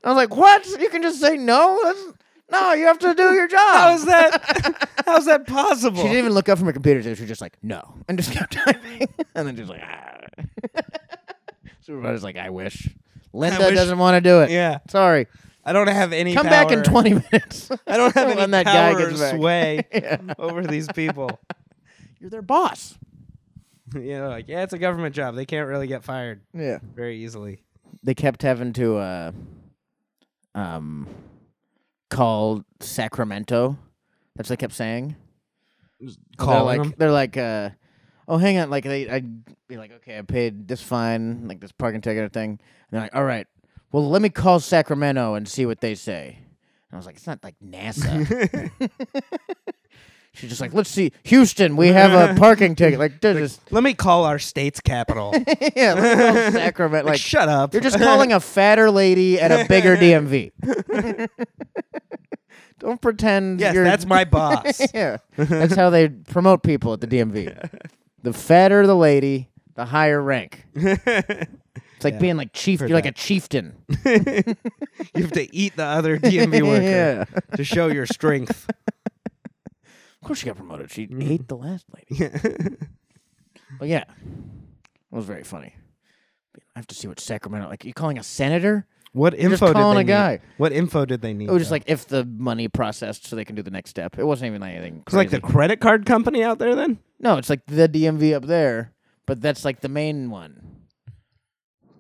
Speaker 4: I was like, "What? You can just say no? That's, no, you have to do your job."
Speaker 5: How's that? How's that possible?
Speaker 4: She didn't even look up from her computer. She was just like, no, and just kept typing. and then she was like, ah. Supervisor's like, I wish. Linda
Speaker 5: wish-
Speaker 4: doesn't want to do it.
Speaker 5: Yeah.
Speaker 4: Sorry.
Speaker 5: I don't have any.
Speaker 4: Come back in
Speaker 5: power.
Speaker 4: 20 minutes.
Speaker 5: I don't have any
Speaker 4: when that
Speaker 5: power
Speaker 4: guy gets
Speaker 5: or
Speaker 4: back.
Speaker 5: sway over these people.
Speaker 4: You're their boss.
Speaker 5: you know, like yeah, it's a government job. They can't really get fired
Speaker 4: Yeah.
Speaker 5: very easily.
Speaker 4: They kept having to uh, um, call Sacramento. That's what they kept saying.
Speaker 5: Calling
Speaker 4: they're like,
Speaker 5: them.
Speaker 4: They're like, uh, oh, hang on. Like, they, I'd be like, okay, I paid this fine, like this parking ticket thing. And they're like, all right, well, let me call Sacramento and see what they say. And I was like, it's not like NASA. She's just like, let's see, Houston, we have a parking ticket. Like, they're just,
Speaker 5: Let me call our state's capital. like,
Speaker 4: yeah, let me call Sacramento. Like,
Speaker 5: shut up.
Speaker 4: you're just calling a fatter lady at a bigger DMV. Don't pretend
Speaker 5: yes,
Speaker 4: you're
Speaker 5: that's my boss.
Speaker 4: yeah. That's how they promote people at the DMV. the fatter the lady, the higher rank. It's like being like chief. You're like a chieftain.
Speaker 5: you have to eat the other DMV worker
Speaker 4: Yeah.
Speaker 5: to show your strength.
Speaker 4: Of course, she got promoted. She
Speaker 5: Mm-hmm.
Speaker 4: ate the last lady. but yeah, it was very funny. I have to see what Sacramento like. You calling a senator?
Speaker 5: What
Speaker 4: You're just
Speaker 5: info did
Speaker 4: calling
Speaker 5: they
Speaker 4: a guy.
Speaker 5: need? What info did they need?
Speaker 4: It was just
Speaker 5: though?
Speaker 4: like if the money processed, so they can do the next step. It wasn't even like anything.
Speaker 5: It's like
Speaker 4: crazy.
Speaker 5: the credit card company out there. Then
Speaker 4: No, it's like the DMV up there, but that's like the main one.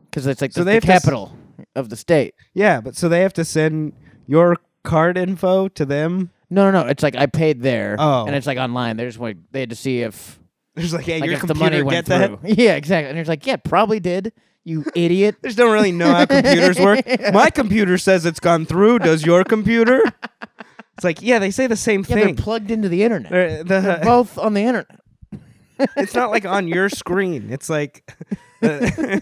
Speaker 4: Because it's like
Speaker 5: So
Speaker 4: the,
Speaker 5: they
Speaker 4: the
Speaker 5: have to s-
Speaker 4: capital of the state.
Speaker 5: yeah, but so they have to send your card info to them.
Speaker 4: No, no, no. It's like I paid there,
Speaker 5: Oh.
Speaker 4: and it's like online. They just like they had to see if
Speaker 5: There's like, yeah,
Speaker 4: like
Speaker 5: your
Speaker 4: if the
Speaker 5: computer
Speaker 4: money
Speaker 5: get
Speaker 4: went
Speaker 5: that.
Speaker 4: through. Yeah, exactly. And it's like, yeah, probably did. You idiot.
Speaker 5: They just don't really know how computers work. My computer says it's gone through. Does your computer? It's like, yeah, they say the same
Speaker 4: Yeah, they're
Speaker 5: thing.
Speaker 4: plugged into the internet.
Speaker 5: They're- the-
Speaker 4: Both on the internet.
Speaker 5: it's not like on your screen. It's like, uh,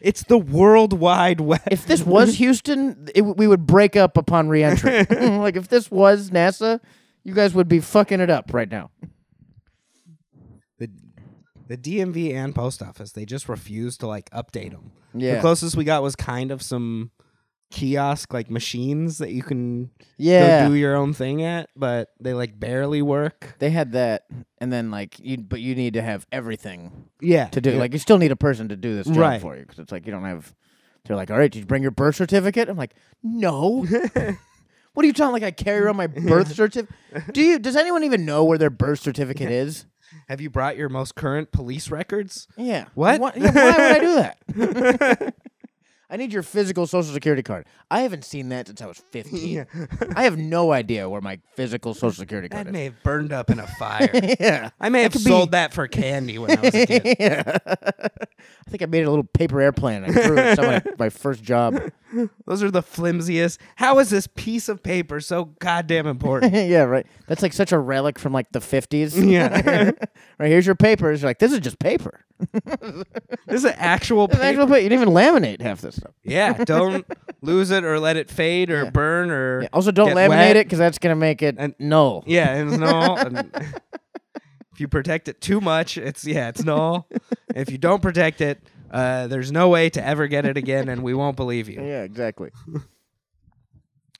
Speaker 5: it's the World Wide Web.
Speaker 4: If this was Houston, it, w- we would break up upon reentry. like if this was NASA, you guys would be fucking it up right now.
Speaker 5: the, the DMV and post office, they just refuse to like update them.
Speaker 4: Yeah.
Speaker 5: The closest we got was kind of some kiosk like machines that you can
Speaker 4: Yeah.
Speaker 5: go do your own thing at, but they like barely work.
Speaker 4: They had that, and then like you, but you need to have everything
Speaker 5: Yeah.
Speaker 4: to do. Like you still need a person to do this job
Speaker 5: Right.
Speaker 4: for you because it's like you don't have. They're like, all right, did you bring your birth certificate? I'm like, no. what are you talking? Like I carry around my birth certificate? Do you? Does anyone even know where their birth certificate is?
Speaker 5: Have you brought your most current police records?
Speaker 4: Yeah.
Speaker 5: What?
Speaker 4: Why, yeah, why would I do that? I need your physical social security card. I haven't seen that since I was 15. I have no idea where my physical social security card
Speaker 5: That
Speaker 4: is.
Speaker 5: may have burned up in a fire.
Speaker 4: yeah.
Speaker 5: I may have
Speaker 4: could be-
Speaker 5: sold that for candy when I was a kid.
Speaker 4: yeah. I think I made a little paper airplane. and I threw it at someone at my first job.
Speaker 5: Those are the flimsiest. How is this piece of paper so goddamn important?
Speaker 4: yeah, right. That's like such a relic from like the fifties.
Speaker 5: Yeah.
Speaker 4: right. Here's your papers. You're like, this is just paper.
Speaker 5: this is actual
Speaker 4: It's
Speaker 5: paper.
Speaker 4: actual paper. You didn't even laminate half this stuff.
Speaker 5: yeah, don't lose it or let it fade or burn or
Speaker 4: Yeah, Also, don't
Speaker 5: get
Speaker 4: laminate
Speaker 5: wet.
Speaker 4: it because that's gonna make it
Speaker 5: And-
Speaker 4: null.
Speaker 5: Yeah, and it's null. and if you protect it too much, it's yeah, it's null. if you don't protect it, uh, there's no way to ever get it again, and we won't believe you.
Speaker 4: Yeah, exactly.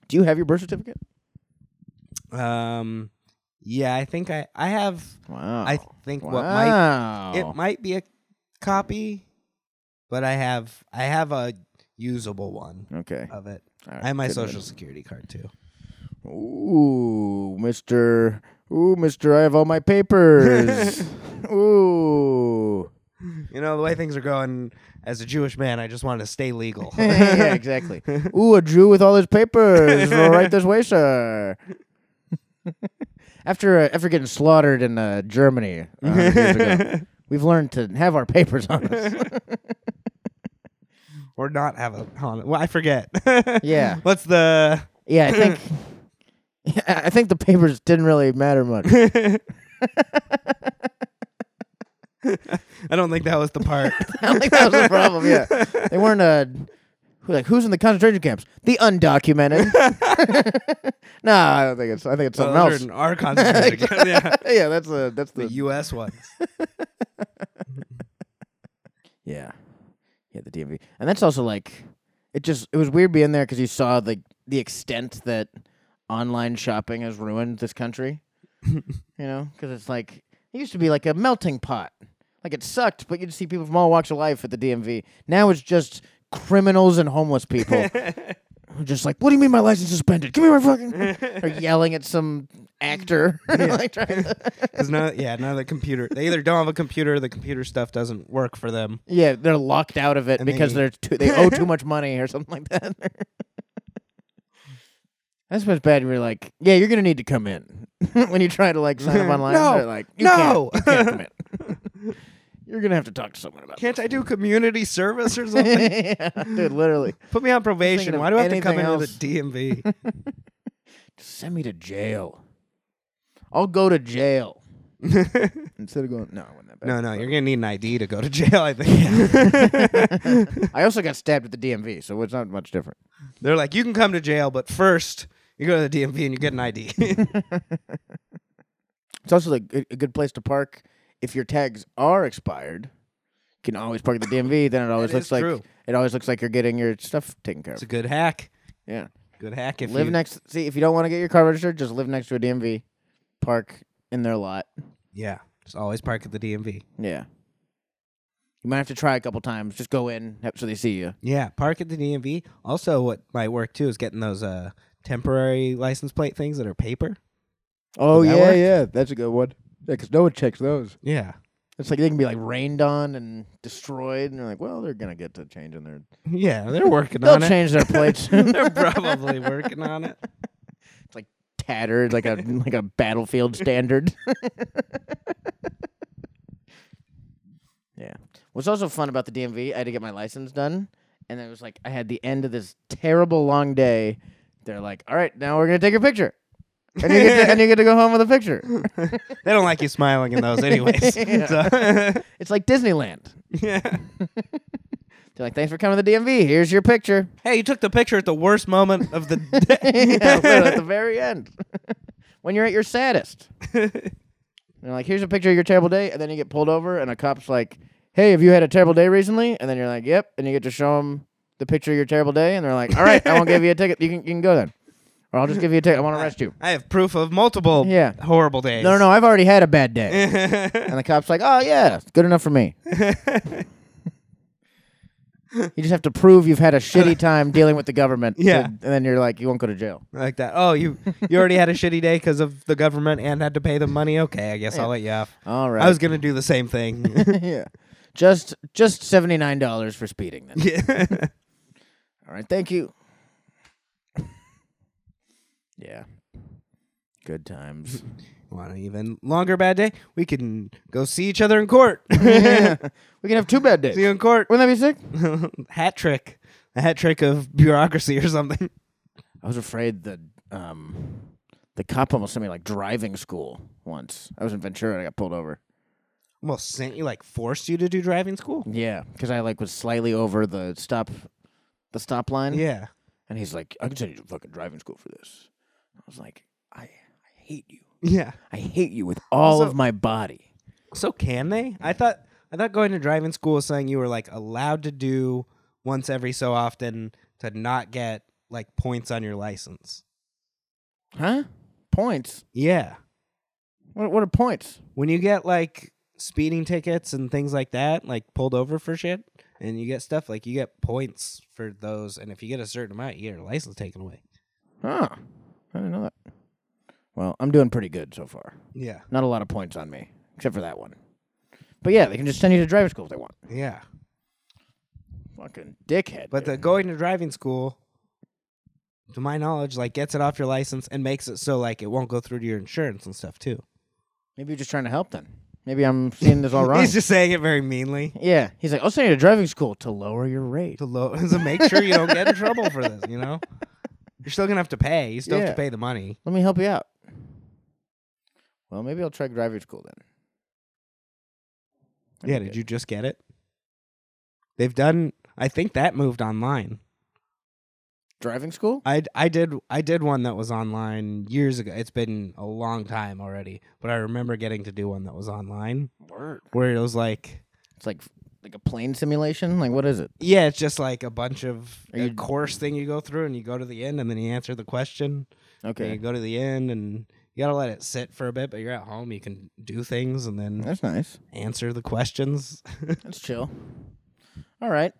Speaker 4: Do you have your birth certificate?
Speaker 5: Um, yeah, I think I I have.
Speaker 4: Wow.
Speaker 5: I think what might
Speaker 4: Oh, wow.
Speaker 5: it might be a copy, but I have I have a usable one
Speaker 4: Okay.
Speaker 5: of it.
Speaker 4: All right,
Speaker 5: I have my
Speaker 4: good
Speaker 5: social security card too.
Speaker 4: Ooh, Mister. Ooh, Mister. I have all my papers. Ooh.
Speaker 5: You know the way things are going. As a Jewish man, I just want to stay legal.
Speaker 4: yeah, exactly. Ooh, a Jew with all his papers. right this way, sir. after uh, after getting slaughtered in uh, Germany, a hundred years ago, we've learned to have our papers on us.
Speaker 5: or not have a Hanukkah. Well, I forget.
Speaker 4: Yeah.
Speaker 5: What's the?
Speaker 4: yeah, I think. I I think the papers didn't really matter much.
Speaker 5: I don't think that was the part.
Speaker 4: I don't think that was the problem. Yeah, they weren't uh, who- like who's in the concentration camps? The undocumented. no, I don't think it's. I think it's something
Speaker 5: Those are
Speaker 4: else.
Speaker 5: in Our concentration camp. yeah.
Speaker 4: Yeah, that's the that's
Speaker 5: The
Speaker 4: the
Speaker 5: U.S. ones.
Speaker 4: yeah, yeah the DMV, and that's also like it just it was weird being there because you saw like the extent that online shopping has ruined this country. you know, because it's like it used to be like a melting pot. Like it sucked, but you'd see people from all walks of life at the DMV. Now it's just criminals and homeless people. who are just like, what do you mean my license is suspended? Give me my fucking. or yelling at some actor. like trying to-
Speaker 5: 'Cause now, yeah, now the computer. They either don't have a computer, or the computer stuff doesn't work for them.
Speaker 4: yeah, they're locked out of it
Speaker 5: And
Speaker 4: because
Speaker 5: they-
Speaker 4: they are too, they owe too much money or something like that. That's what's bad. We're like, yeah, you're gonna need to come in when you try to like sign up online.
Speaker 5: No,
Speaker 4: they're like, you
Speaker 5: no.
Speaker 4: can't, you can't come in. you're gonna have to talk to someone about.
Speaker 5: Can't I do community service or something?
Speaker 4: it. yeah, dude, literally,
Speaker 5: Put me on
Speaker 4: Thinking
Speaker 5: probation.
Speaker 4: of
Speaker 5: Why do I have to come
Speaker 4: anything
Speaker 5: into the DMV?
Speaker 4: send me to jail. I'll go to jail instead of going. No, I wouldn't that bad.
Speaker 5: no, no, you're gonna need an ID to go to jail. I think
Speaker 4: I also got stabbed at the DMV, so it's not much different.
Speaker 5: they're like, you can come to jail, but first you go to the DMV and you get an ID.
Speaker 4: It's also like a, a good place to park if your tags are expired. You can always park at the DMV. Then it always
Speaker 5: That
Speaker 4: looks
Speaker 5: is
Speaker 4: like
Speaker 5: true.
Speaker 4: it always looks like you're getting your stuff taken care of.
Speaker 5: it's a good hack.
Speaker 4: yeah,
Speaker 5: Good hack. If
Speaker 4: live
Speaker 5: you,
Speaker 4: next. See, if you don't want to get your car registered, just live next to a DMV, park in their lot.
Speaker 5: Yeah, just always park at the DMV.
Speaker 4: Yeah, you might have to try a couple times. Just go in have- so they see you.
Speaker 5: Yeah, park at the DMV. Also, what might work too is getting those uh, temporary license plate things that are paper.
Speaker 4: Oh
Speaker 5: Would that yeah, work?
Speaker 4: yeah, that's a good one. Yeah, because no one checks those.
Speaker 5: Yeah,
Speaker 4: It's like they can be like rained on and destroyed, and they're like, well, they're gonna get to changing their.
Speaker 5: yeah, they're working
Speaker 4: They'll
Speaker 5: on
Speaker 4: change their plates.
Speaker 5: it. they're probably working on it.
Speaker 4: tattered like a like a battlefield standard. yeah. What's also fun about the DMV, I had to get my license done, and it was like I had the end of this terrible long day. They're like, "All right, now we're gonna take a picture." and you, get to, and you get to go home with a picture.
Speaker 5: They don't like you smiling in those, anyways. So-
Speaker 4: It's like Disneyland.
Speaker 5: yeah.
Speaker 4: They're like, thanks for coming to the DMV. Here's your picture.
Speaker 5: Hey, you took the picture at the worst moment of the day.
Speaker 4: yeah, literally at the very end. when you're at your saddest. And they're like, here's a picture of your terrible day. And then you get pulled over, and a cop's like, hey, have you had a terrible day recently? And then you're like, yep. And you get to show them the picture of your terrible day. And they're like, all right, I won't give you a ticket. You can, you can go then. Or I'll just give you a ticket. I want to arrest you.
Speaker 5: I have proof of multiple
Speaker 4: Yeah.
Speaker 5: horrible days.
Speaker 4: No, no, no. I've already had a bad day. and the cop's like, oh, yeah, it's good enough for me. you just have to prove you've had a shitty time dealing with the government.
Speaker 5: Yeah.
Speaker 4: And then you're like, you won't go to jail.
Speaker 5: Like that. Oh, you you already had a shitty day because of the government and had to pay them money. Okay, I guess I'll let you off.
Speaker 4: All right.
Speaker 5: I was gonna do the same thing.
Speaker 4: yeah. Just just seventy nine dollars for speeding then.
Speaker 5: Yeah.
Speaker 4: All right, thank you. yeah. Good times.
Speaker 5: Want an even longer bad day? We can go see each other in court.
Speaker 4: We can have two bad days.
Speaker 5: see you in court.
Speaker 4: Wouldn't that be sick?
Speaker 5: hat trick. A hat trick of bureaucracy or something.
Speaker 4: I was afraid that um the cop almost sent me like driving school once. I was in Ventura and I got pulled over.
Speaker 5: Almost sent you, like forced you to do driving school.
Speaker 4: Yeah, because I like was slightly over the stop the stop line.
Speaker 5: Yeah.
Speaker 4: And he's like, I can send you to fucking driving school for this. I was like, I, I hate you.
Speaker 5: Yeah.
Speaker 4: I hate you with all
Speaker 5: Also-
Speaker 4: of my body.
Speaker 5: So can they? I thought I thought going to driving school is something you were like allowed to do once every so often to not get like points on your license.
Speaker 4: Huh? Points?
Speaker 5: Yeah.
Speaker 4: What, what are points?
Speaker 5: When you get like speeding tickets and things like that, like pulled over for shit, and you get stuff like you get points for those, and if you get a certain amount, you get your license taken away.
Speaker 4: Huh. I didn't know that. Well, I'm doing pretty good so far.
Speaker 5: Yeah.
Speaker 4: Not a lot of points on me, except for that one. But yeah, they can just send you to driving school if they want.
Speaker 5: Yeah.
Speaker 4: Fucking dickhead.
Speaker 5: But the
Speaker 4: dude.
Speaker 5: going to driving school, to my knowledge, like gets it off your license and makes it so like it won't go through to your insurance and stuff too.
Speaker 4: maybe you're just trying to help then. Maybe I'm seeing this all wrong.
Speaker 5: He's just saying it very meanly
Speaker 4: yeah, he's like, I'll send you to driving school to lower your rate.
Speaker 5: to low to make sure you don't get in trouble for this. You know, you're still gonna have to pay. You still
Speaker 4: Yeah.
Speaker 5: have to pay the money.
Speaker 4: Let me help you out. Well, maybe I'll try driving school then. That'd
Speaker 5: Yeah.
Speaker 4: be
Speaker 5: Did
Speaker 4: good.
Speaker 5: you just get it? They've done. I think that moved online.
Speaker 4: driving school?
Speaker 5: I I did I did one that was online years ago. It's been a long time already, but I remember getting to do one that was online
Speaker 4: Word.
Speaker 5: where it was like
Speaker 4: It's like like a plane simulation. Like what is it?
Speaker 5: Yeah, it's just like a bunch of
Speaker 4: Are
Speaker 5: a
Speaker 4: you-
Speaker 5: course thing you go through, and you go to the end, and then you answer the question. And you
Speaker 4: Okay,
Speaker 5: go to the end, and you gotta let it sit for a bit. But you're at home, you can do things, and then
Speaker 4: that's nice.
Speaker 5: answer the questions.
Speaker 4: That's chill. All right.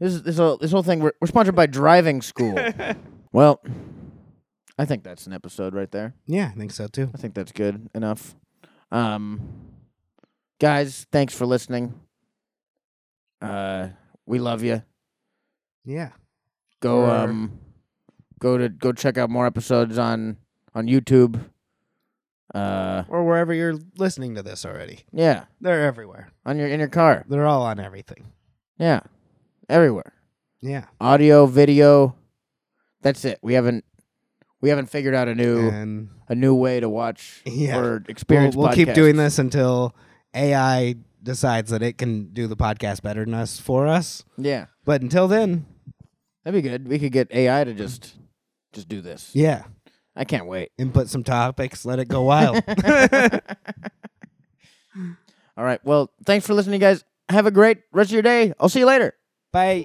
Speaker 4: This is this whole this whole thing. We're, we're sponsored by driving school. well, I think that's an episode right there.
Speaker 5: yeah, I think so too.
Speaker 4: I think that's good enough. Um, guys, thanks for listening. Uh, we love you.
Speaker 5: Yeah,
Speaker 4: Go
Speaker 5: Or-
Speaker 4: um, go to go check out more episodes on on YouTube. Uh,
Speaker 5: or wherever you're listening to this already,
Speaker 4: yeah,
Speaker 5: they're everywhere.
Speaker 4: on your in your car.
Speaker 5: They're all on everything.
Speaker 4: Yeah, everywhere.
Speaker 5: Yeah,
Speaker 4: Audio, video. That's it. We haven't we haven't figured out a new
Speaker 5: and
Speaker 4: a new way to watch
Speaker 5: Yeah.
Speaker 4: or
Speaker 5: we'll,
Speaker 4: experience.
Speaker 5: we'll keep doing
Speaker 4: podcasts.
Speaker 5: this until AI decides that it can do the podcast better than us for us.
Speaker 4: Yeah,
Speaker 5: But until then,
Speaker 4: that'd be good. We could get AI to just just do this.
Speaker 5: yeah,
Speaker 4: I can't wait.
Speaker 5: input some topics, let it go wild.
Speaker 4: All right. Well, thanks for listening, guys. Have a great rest of your day. I'll see you later.
Speaker 5: Bye.